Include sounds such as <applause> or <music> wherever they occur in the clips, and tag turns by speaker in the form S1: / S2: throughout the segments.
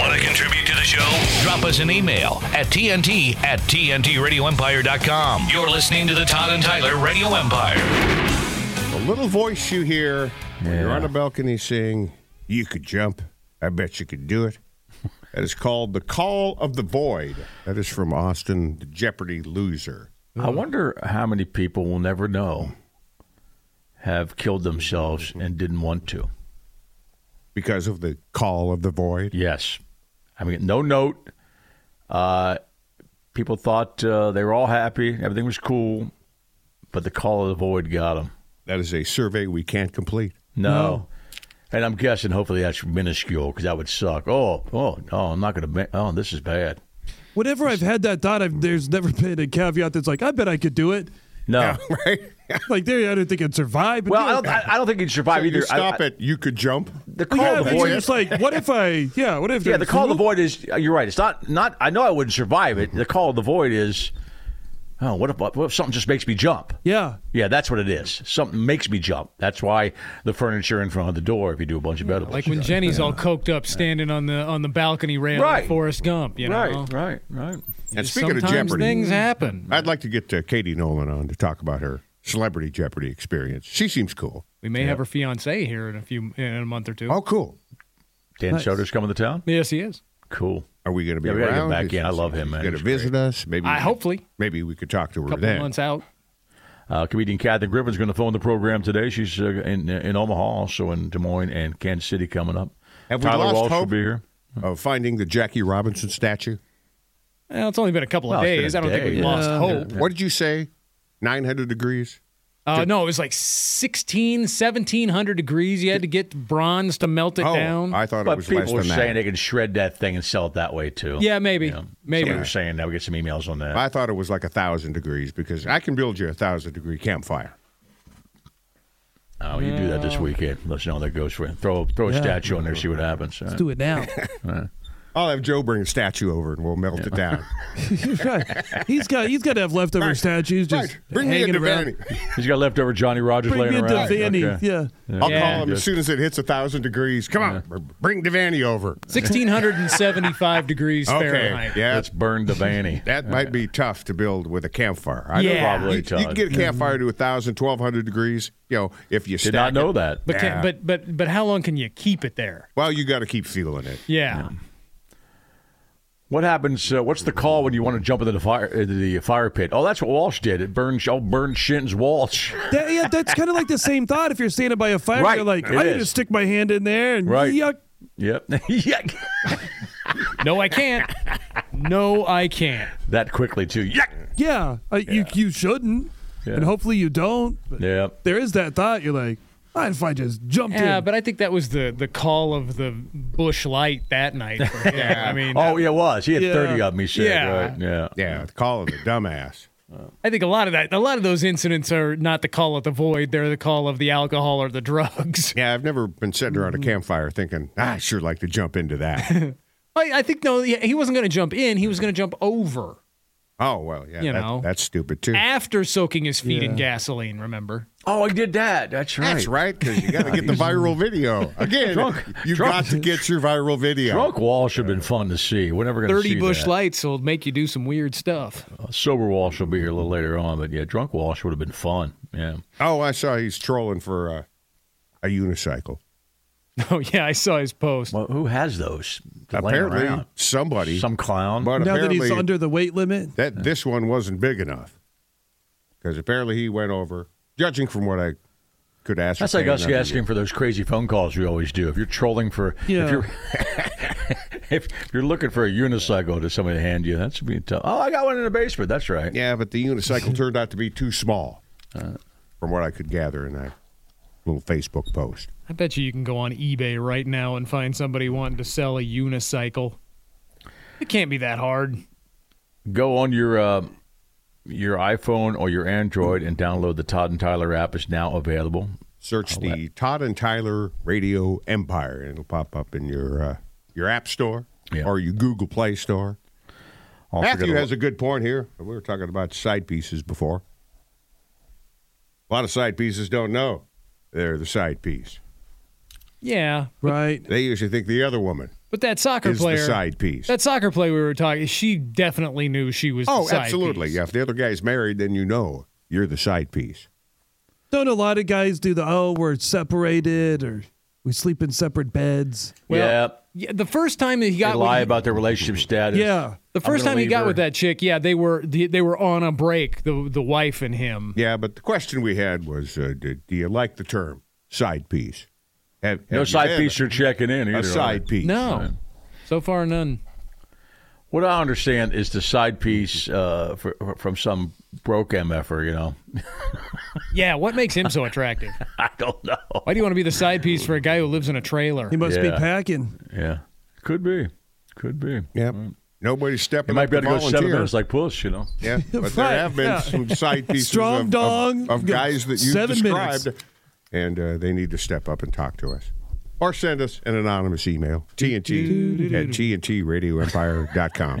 S1: Want to contribute to the show? Drop us an email at TNT at TNTRadioEmpire.com. You're listening to the Todd and Tyler Radio Empire.
S2: The little voice you hear when you're on a balcony saying, You could jump. I bet you could do
S3: <laughs>
S2: it. That is called The Call of the Void. That is from Austin, the Jeopardy loser.
S3: I wonder how many people will never know have killed themselves and didn't want to.
S2: Because of the call of the void.
S3: Yes. I mean, no note. Uh, people thought uh, they were all happy, everything was cool, but the call of the void got them.
S2: That is a survey we can't complete.
S3: No. And I'm guessing hopefully that's minuscule because that would suck. Oh, oh, no, I'm not going to. Oh, this is bad.
S4: Whenever I've had that thought, I've, there's never <laughs> been a caveat that's like, I bet I could do it.
S3: No.
S2: <laughs> Right?
S4: Like, there, I don't think I'd survive. But
S3: Well,
S4: there-
S3: I don't, I I don't think you'd survive
S2: So
S3: either.
S2: you
S3: I-
S2: stop
S3: I-
S2: it. You could jump.
S3: The call
S4: yeah,
S3: of the
S4: but
S3: void.
S4: you're just like, what if I, yeah, what if?
S3: Yeah, the call of the void is. uh, You're right. It's not. Not. I know I wouldn't survive it. The call of the void is. Oh, what if, what if something just makes me jump?
S4: Yeah.
S3: Yeah, that's what it is. Something makes me jump. That's why the furniture in front of the door. If you do a bunch of edibles,
S5: Like when Jenny's all coked up, standing on the on the balcony rail,
S3: Right.
S5: at Forrest Gump. You know,
S3: right, right, right.
S2: And speaking of
S5: Sometimes
S2: Jeopardy,
S5: things happen.
S2: I'd like to get uh, Katie Nolan on to talk about her celebrity Jeopardy experience. She seems cool.
S5: We may have her fiance here in a few in a month or two.
S2: Oh, cool.
S3: Dan Soder's coming to town.
S5: Yes, he is.
S3: Cool.
S2: Are we going to be
S3: Yeah, we gotta get
S2: around?
S3: back in. I love him, man.
S2: Going to
S3: He's great.
S2: visit us? Maybe.
S5: I hopefully
S2: Maybe we could talk to her
S5: a couple
S2: then.
S5: months out.
S3: Uh, comedian Kathy Griffin's going to phone the program today. She's uh, in in Omaha, also in Des Moines and Kansas City coming up.
S2: Have we
S3: Tyler
S2: lost
S3: Walsh will
S2: hope?
S3: be here.
S2: of finding the Jackie Robinson statue.
S5: Well, it's only been a couple of
S3: Well, it's been
S5: days.
S3: a
S5: I don't think
S3: day,
S5: we
S3: yeah.
S5: lost hope.
S2: What did you say? 900 degrees?
S5: Uh, no, it was like 16, 1700 degrees. You had to get bronze to melt it
S2: oh,
S5: down.
S2: I thought it
S3: But
S2: was less
S3: people are
S2: than
S3: saying
S2: that.
S3: they can shred that thing and sell it that way too.
S5: yeah, maybe.
S3: Maybe
S5: Maybe.
S3: we're saying that we get some emails on that.
S2: I thought it was like a thousand degrees because I can build you a thousand degree campfire.
S3: Oh, you do that this weekend. Let's know how that goes for you. Throw throw a statue in there, see what happens. All right.
S4: Do it now.
S2: I'll have Joe bring a statue over and we'll melt it down.
S4: <laughs> Right. He's got he's got to have leftover statues just
S2: right. Bring me a
S4: hanging around.
S2: Devaney.
S3: He's got leftover Johnny Rogers
S4: Bring
S3: laying
S4: me a
S3: around.
S4: Devaney.
S3: Okay.
S4: Yeah.
S2: I'll
S5: Yeah.
S2: call him as soon as it hits a thousand degrees. Come on, br- bring Devaney over.
S3: <laughs>
S5: 1675 degrees
S2: Okay.
S5: Fahrenheit.
S2: Yeah.
S3: Let's burn Devaney.
S2: that might be tough to build with a campfire. I
S5: Yeah.
S2: know.
S3: Probably,
S2: You, you can
S3: Todd.
S2: get a campfire to 1,000, 1,200 degrees, you know, if you
S3: Did
S2: stack
S3: not know
S2: it.
S3: that.
S5: But
S2: Yeah.
S5: can, but but but how long can you keep it there?
S2: Well, you got to keep feeling it.
S5: Yeah.
S3: What happens? Uh, what's the call when you want to jump into the fire into the fire pit? Oh, that's what Walsh did. It burned. Oh, burned Shinton's Walsh. <laughs>
S4: That, yeah, that's kind of like the same thought. If you're standing by a fire,
S3: Right,
S4: you're like,
S3: it
S4: I need to
S3: is.
S4: stick my hand in there and
S3: Right.
S4: yuck.
S3: Yep. <laughs> Yuck.
S5: No, I can't. No, I can't.
S3: That quickly too. Yuck.
S4: Yeah, I, you you shouldn't, and hopefully you don't. But
S3: Yep.
S4: there is that thought. You're like, "Ah, if I just jumped
S5: Yeah,
S4: in,
S5: but I think that was the the call of the bush light that night. For <laughs> him. I mean,
S3: Oh, yeah, it was. He had
S4: Yeah.
S3: thirty of them. He said.
S5: Yeah.
S3: Right. Yeah.
S2: Yeah, the call of the dumbass.
S5: I think a lot of that, a lot of those incidents are not the call of the void; they're the call of the alcohol or the <laughs> drugs.
S2: Yeah, I've never been sitting around
S3: Mm-hmm.
S2: a campfire thinking, "Ah, I sure
S3: <laughs>
S2: like to jump into that.
S5: I, I think no, yeah, he wasn't going to jump in; he was going to jump over.
S2: Oh well, yeah,
S5: You
S2: that-
S5: know.
S2: that's stupid too.
S5: after soaking his feet in gasoline. Remember?
S3: Oh, I did that. That's right.
S2: That's right, because you got
S3: <laughs>
S2: to get the viral video again.
S3: Drunk-
S2: you
S3: drunk-
S2: got to get your viral video.
S3: Drunk Walsh should have been fun to see. We're never going to see
S5: Thirty bush
S3: that. Uh,
S5: lights will make you do some weird stuff.
S3: Sober Walsh will be here a little later on, but yeah, Drunk Walsh would have been fun. Yeah.
S2: Oh, I saw he's trolling for uh, a unicycle.
S5: <laughs> Oh yeah, I saw his post.
S3: Well, who has those? They're laying
S2: Apparently,
S3: around.
S2: somebody.
S3: some clown.
S2: but
S4: now that
S2: apparently,
S4: he's under the weight limit.
S2: that this one wasn't big enough because apparently he went over. Judging from what I could ask,
S3: That's like us asking for those crazy phone calls we always do. If you're trolling for, if
S4: Yeah.
S3: you're <laughs> if you're looking for a unicycle to somebody to hand you, that's being tough. Oh, I got one in the basement. That's right.
S2: Yeah, but the
S5: <laughs>
S2: unicycle turned out to be too small,
S5: Uh.
S2: from what I could gather in that little Facebook post.
S5: I bet you you can go on eBay right now and find somebody wanting to sell a unicycle. It can't be that hard.
S3: Go on your uh, your iPhone or your Android and download the Todd and Tyler app. It's now available.
S2: Search
S5: Oh,
S2: the Todd and Tyler Radio Empire, and it'll pop up in your uh, your App Store
S3: Yeah.
S2: or your Google Play Store.
S3: Also
S2: Matthew
S3: gotta-
S2: has a good point here. We were talking about side pieces before. A lot of side pieces don't know they're the side piece.
S5: Yeah,
S4: Right.
S2: They usually think the other woman
S5: but that soccer
S2: is
S5: player,
S2: the side piece.
S5: that soccer player we were talking, she definitely knew she was.
S2: oh,
S5: the side
S2: absolutely.
S5: piece.
S2: Yeah, if the other guy's married, then you know you're the side piece.
S4: Don't a lot of guys do the oh we're separated or we sleep in separate beds?
S3: yeah,
S5: Yeah, the first time that he
S3: they
S5: got
S3: lie
S5: with,
S3: about their relationship status.
S4: Yeah.
S5: the first
S3: gonna
S5: time he
S3: leave
S5: got
S3: her.
S5: with that chick, yeah, they were they, they were on a break, the the wife and him.
S2: Yeah, but the question we had was, uh, do, do you like the term side piece? Have, have
S3: No
S2: you
S3: side
S2: been
S3: piece you're checking in either. Oh.
S2: A side piece.
S5: No, so far none.
S3: What I understand is the side piece uh, for, from some broke mf'er. You know,
S5: Yeah, what makes him so attractive?
S3: <laughs> I don't know.
S5: Why do you want to be the side piece for a guy who lives in a trailer?
S4: He must be
S3: Yeah.
S4: packing.
S3: Yeah, could be, could be.
S2: Yep. Nobody's stepping
S3: It might
S2: up
S3: be able to go
S2: volunteer.
S3: seven minutes like push, you know.
S2: Yeah,
S3: <laughs>
S2: but
S4: Right,
S2: there have been
S4: yeah.
S2: some side pieces
S4: Strong
S2: of- of,
S4: dong,
S2: of guys that you
S4: seven
S2: described,
S4: minutes.
S2: and uh, they need to step up and talk to us. Or send us an anonymous email, TNT at TNTRadioEmpire.com.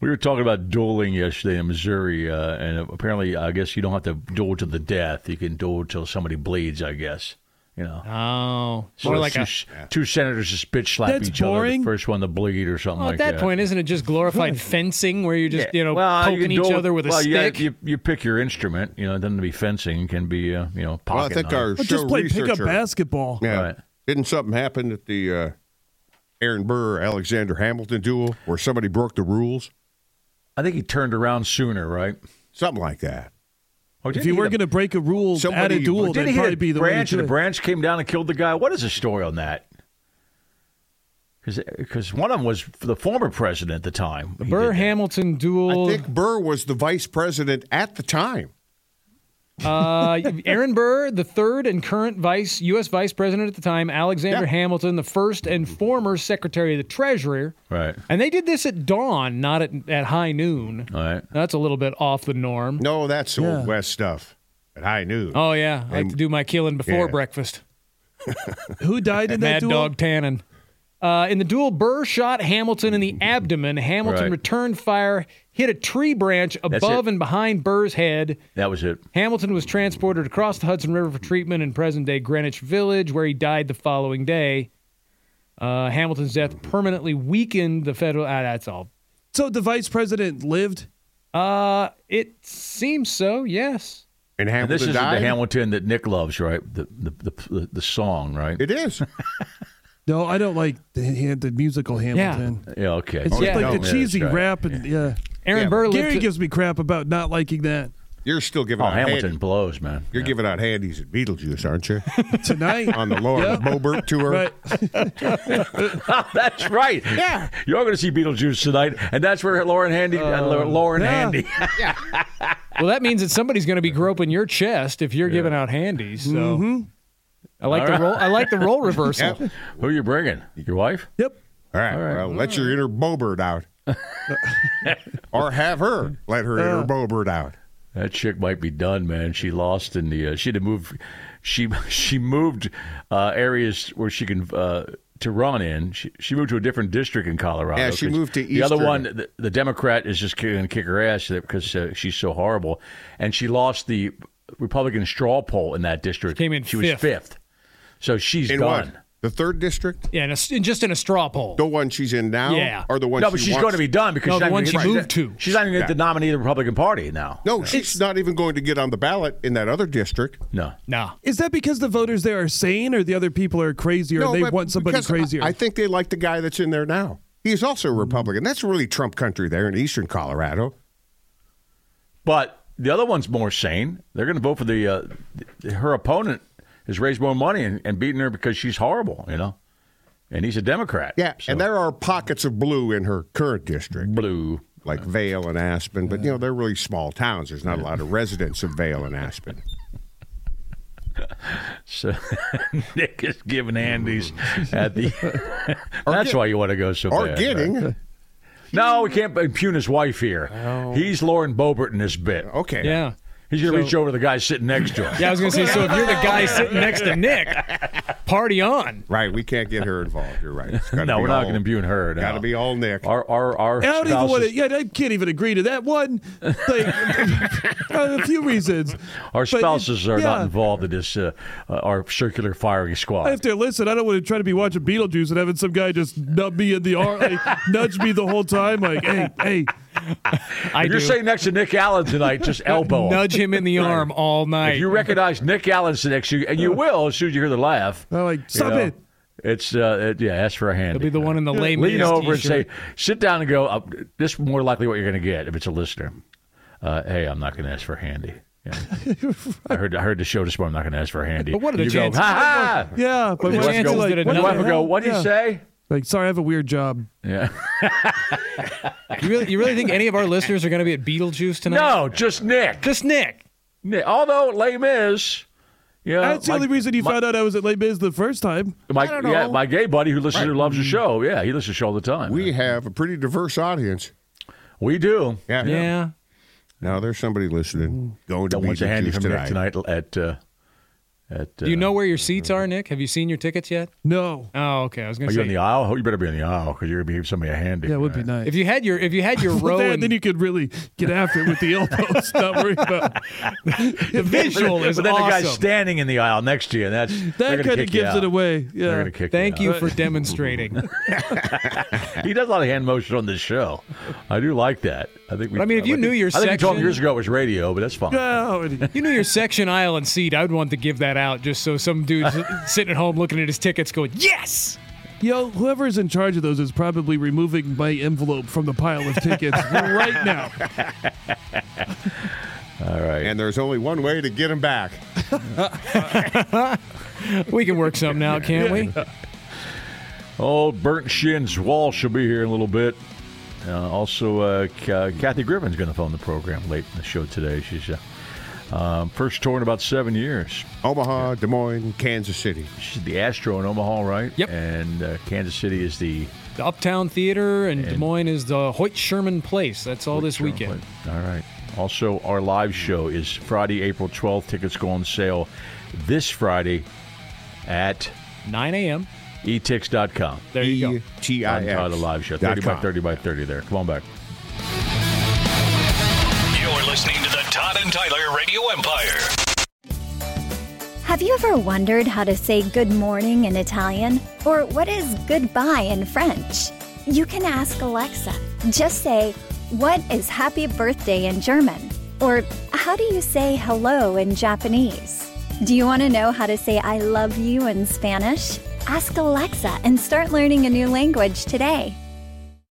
S3: We were talking about dueling yesterday in Missouri, uh, and apparently, I guess you don't have to duel to the death. You can duel till somebody bleeds. I guess you know.
S5: Oh,
S3: So
S5: more like
S3: two,
S5: a.
S3: two senators just bitch slap
S4: That's
S3: each other.
S4: boring.
S3: The first one to bleed or something
S5: Well,
S3: like
S5: Oh, at that, point, isn't it just glorified fencing where you're just you know poking each other with a
S3: well, yeah,
S5: stick?
S3: you, you pick your instrument. You know, it doesn't be fencing. It can be uh, you know pocket.
S2: Well, I think
S3: knife.
S2: our show
S4: Or just play pickup
S2: researcher,
S4: basketball.
S2: Yeah.
S3: Right.
S2: Didn't something happen at the uh, Aaron Burr Alexander Hamilton duel where somebody broke the rules?
S3: I think he turned around sooner, right?
S2: Something like that.
S3: Oh,
S4: If you were going to break a rule at
S2: Somebody-
S4: a duel,
S3: did
S4: that'd
S3: he hit
S4: probably
S3: a
S4: be the way
S3: branch
S4: to
S3: and the
S4: do it.
S3: branch came down and killed the guy? What is the story on that? Because one of them was the former president at the time.
S5: the
S3: He
S5: Burr
S3: did that.
S5: Hamilton duel.
S2: I think Burr was the vice president at the time.
S5: Uh, <laughs> Aaron Burr, the third and current vice U.S. vice president at the time, Alexander
S2: Yeah.
S5: Hamilton, the first and former Secretary of the Treasury,
S3: Right.
S5: and they did this at dawn, not at, at high noon.
S3: All right.
S5: That's a little bit off the norm.
S2: No, that's old West stuff at high news.
S5: Oh yeah, I like to do my killing before
S2: Yeah.
S5: breakfast.
S4: Who died in
S5: Mad
S4: that duel?
S5: Dog Tannen. Uh, in the duel, Burr shot Hamilton in the abdomen. Hamilton
S3: Mm. Right.
S5: returned fire, hit a tree branch above
S3: it.
S5: and behind Burr's head.
S3: That was it.
S5: Hamilton was transported across the Hudson River for treatment in present day Greenwich Village, where he died the following day. Uh, Hamilton's death permanently weakened the federal. Ah, that's all
S4: So the vice president lived.
S5: Uh, it seems so. Yes.
S2: And
S3: And
S2: Hamilton
S3: this is the
S2: died?
S3: Hamilton that Nick loves, right? The the the, the, the song, right?
S2: It is.
S4: No, I don't like the, hand- the musical Hamilton.
S3: yeah. Okay. Oh,
S4: It's
S5: yeah.
S4: just
S5: no,
S4: like the
S3: that's
S4: cheesy
S3: right.
S4: rap and yeah.
S5: Aaron
S2: Yeah,
S5: Burr lived.
S4: Gary
S5: to-
S4: gives me crap about not liking that.
S2: You're still giving
S3: Oh,
S2: out
S3: Hamilton
S2: hand-
S3: blows, man.
S2: you're giving out handies at Beetlejuice, aren't you?
S4: Tonight
S2: On the Laura
S4: Yeah.
S2: Boebert tour.
S4: Right.
S2: <laughs>
S3: that's right. Yeah, you're going to see Beetlejuice tonight, and that's where Lauren Handy,
S2: Oh,
S3: uh, Lauren
S2: <laughs>
S4: yeah.
S3: Handy.
S5: well, that means that somebody's going to be groping your chest if you're giving out handies. So. I like the role. I like
S3: <laughs>
S5: the role reversal.
S2: Yep.
S3: Who are you bringing? Your wife?
S4: Yep.
S2: All right. Well, let your inner Bobert out. or have her let her inner Bobert out.
S3: That chick might be done, man. She lost in the. Uh, she had to move. She <laughs> she moved uh, areas where she can uh, to run in. She, she moved to a different district in Colorado.
S2: Yeah, she
S3: 'cause
S2: moved to
S3: the other
S2: Eastern.
S3: one. The, the Democrat is just going to kick her ass because uh, she's so horrible, and she lost the Republican straw poll in that district.
S5: She came in
S3: She
S5: fifth.
S3: was fifth. So she's
S2: In
S3: done.
S2: what? The third district?
S5: Yeah, in a, s- in just in a straw poll.
S2: The one she's in now?
S5: Yeah.
S2: Or the one
S3: No,
S2: she
S3: but she's
S2: wants-
S3: going to be done because
S5: No,
S3: she's
S5: the
S3: not
S5: one
S3: even
S5: she
S3: gonna-
S5: moved to.
S3: She's not even going to nominate the Republican Party now.
S2: No, she's not even going to get on the ballot in that other district.
S3: No.
S5: Nah.
S4: Is that because the voters there are sane, or the other people are crazy, or
S2: no,
S4: they
S2: but
S4: want somebody
S2: because I-
S4: crazier?
S2: I think they like the guy that's in there now. He's also a Republican. That's really Trump country there in eastern Colorado.
S3: But the other one's more sane. They're going to vote for the uh, th- her opponent has raised more money and, and beaten her because she's horrible, you know. And he's a Democrat.
S2: Yeah,
S3: so-
S2: and there are pockets of blue in her current district,
S3: blue.
S2: like Vale and Aspen. But you know, they're really small towns. There's not a lot of residents of Vale and Aspen.
S3: So <laughs> Nick is
S2: <laughs>
S3: giving Andy's at the. that's why you want to go so
S2: Or
S3: bad. right?
S2: getting
S3: No, we can't impugn his wife here.
S2: Oh.
S3: He's Lauren Boebert in this bit.
S2: okay.
S5: Yeah.
S3: He's going to reach over to the guy sitting next to him.
S5: Yeah, I was gonna say. So if you're the guy sitting next to Nick, party on.
S2: Right, we can't get her involved. You're right. It's gotta
S3: <laughs> No,
S2: be
S3: we're not
S2: all-
S3: going to impugn her. no.
S2: Got to be all Nick.
S3: Our our our.
S4: I don't even
S3: spouses-
S4: want to. Yeah, I can't even agree to that one. Like,
S2: <laughs>
S4: uh, a few reasons.
S3: Our
S4: But it-
S3: spouses are not
S4: yeah.
S3: involved in this. Uh, uh, our circular firing squad.
S4: After listen, I don't want to try to be watching Beetlejuice and having some guy just nub me in the arm, like, nudge me the whole time. Like, hey, hey,
S5: I
S3: If you're
S5: do.
S3: sitting next to Nick Allen tonight,
S5: <laughs>
S3: just elbow him.
S5: Nudge him in the arm all night.
S3: If you recognize Nick Allen sitting next to you, and you will as soon as you hear the laugh.
S5: Uh,
S4: I'm like stop
S3: you know,
S4: it.
S3: It's uh, it- yeah, ask for a hand.
S5: He'll be the one in the lame
S3: Lean
S5: man's
S3: over and
S5: t-shirt.
S3: say, sit down and go. Uh, this is more likely what you're going to get if it's a listener. Uh, hey, I'm not going to ask for a handy.
S5: <laughs>
S3: Yeah. I heard I heard the show this morning. I'm not going to ask for a handy.
S5: But what are the
S3: you
S5: chances?
S3: Go, ha ha.
S4: Yeah, but
S5: The
S4: what-
S5: chances
S4: like,
S5: that
S3: Your
S4: what the
S5: another-
S3: wife will go.
S4: hell?
S3: What do you
S4: Yeah.
S3: say?
S4: Like, sorry, I have a weird job.
S3: Yeah.
S5: you, really, you really think any of our listeners are going to be at Beetlejuice tonight?
S3: No, just Nick.
S5: Just Nick.
S3: Nick. Although lame is, you know,
S4: That's the
S3: Uh, my-
S4: only reason you found out I was at Les Mis the first time.
S3: My yeah, my gay buddy who listens who loves the
S5: Mm.
S3: show. Yeah, he listens to the show all the time.
S2: we have a pretty diverse audience.
S3: we do.
S2: Yeah.
S5: Yeah.
S2: Now there's somebody listening going to
S3: That one's a handy
S2: Beetlejuice
S3: from
S2: tonight.
S3: Nick tonight at uh, at. Uh,
S5: Do you know where your seats are, Nick? Have you seen your tickets yet?
S4: No.
S5: Oh, okay. I was going
S3: Are
S5: to
S3: you
S5: say.
S3: in the aisle? Oh, You better be in the aisle because you're gonna be giving somebody a handy.
S4: Yeah, it would be nice.
S5: if you had your if you had
S3: <laughs>
S5: your
S4: But
S5: row
S4: then,
S5: in-
S4: then you could really get after it with the elbows. Not worry about
S5: the visual
S3: But
S5: is
S3: then the guy's
S5: awesome.
S3: standing in the aisle next to you, and that's
S4: that. Kind of gives it away.
S3: They're
S4: Yeah.
S3: gonna
S4: <laughs>
S3: kick
S5: Thank
S3: you. <laughs>
S5: you for demonstrating.
S3: out. He does a lot of hand motion on this show. I do like that. I think. We,
S5: But I mean, if you knew your
S3: I think we told him
S5: section-
S3: years ago it was radio, but that's fine.
S4: Yeah, already.
S5: you know your section aisle and seat. I would want to give that out just so some dude's <laughs> sitting at home looking at his tickets, going, "Yes."
S4: Yo, whoever's in charge of those is probably removing my envelope from the pile of
S3: <laughs>
S4: tickets right now.
S3: All right.
S2: and there's only one way to get him back.
S5: We can work something out, can't we?
S3: Old Oh, Burnt Shins Walsh will be here in a little bit. Uh, also, uh, Ca- Kathy Griffin's going to phone the program late in the show today. She's uh, um, first tour in about seven years.
S2: Omaha, Des Moines, Kansas City.
S3: She's the Astro in Omaha, right?
S5: Yep.
S3: And uh, Kansas City is the
S5: The Uptown Theater and, Des Moines is the Hoyt Sherman Place. That's all this weekend.
S3: All right. Also, our live show is Friday, April 12th. Tickets go on sale this Friday at e
S5: 9 a.m.
S3: etix.com.
S5: There you go.
S3: Untitled Live Show. 30 by
S2: com.
S3: 30 by 30 there. Come on back.
S1: You're listening to the Todd and Tyler Radio Empire.
S6: Have you ever wondered how to say good morning in Italian? Or what is goodbye in French? You can ask Alexa.
S7: Just say, What is happy birthday in German? Or, How do you say hello in Japanese? Do you want to know how to say I love you in Spanish? Ask Alexa and start learning a new language today.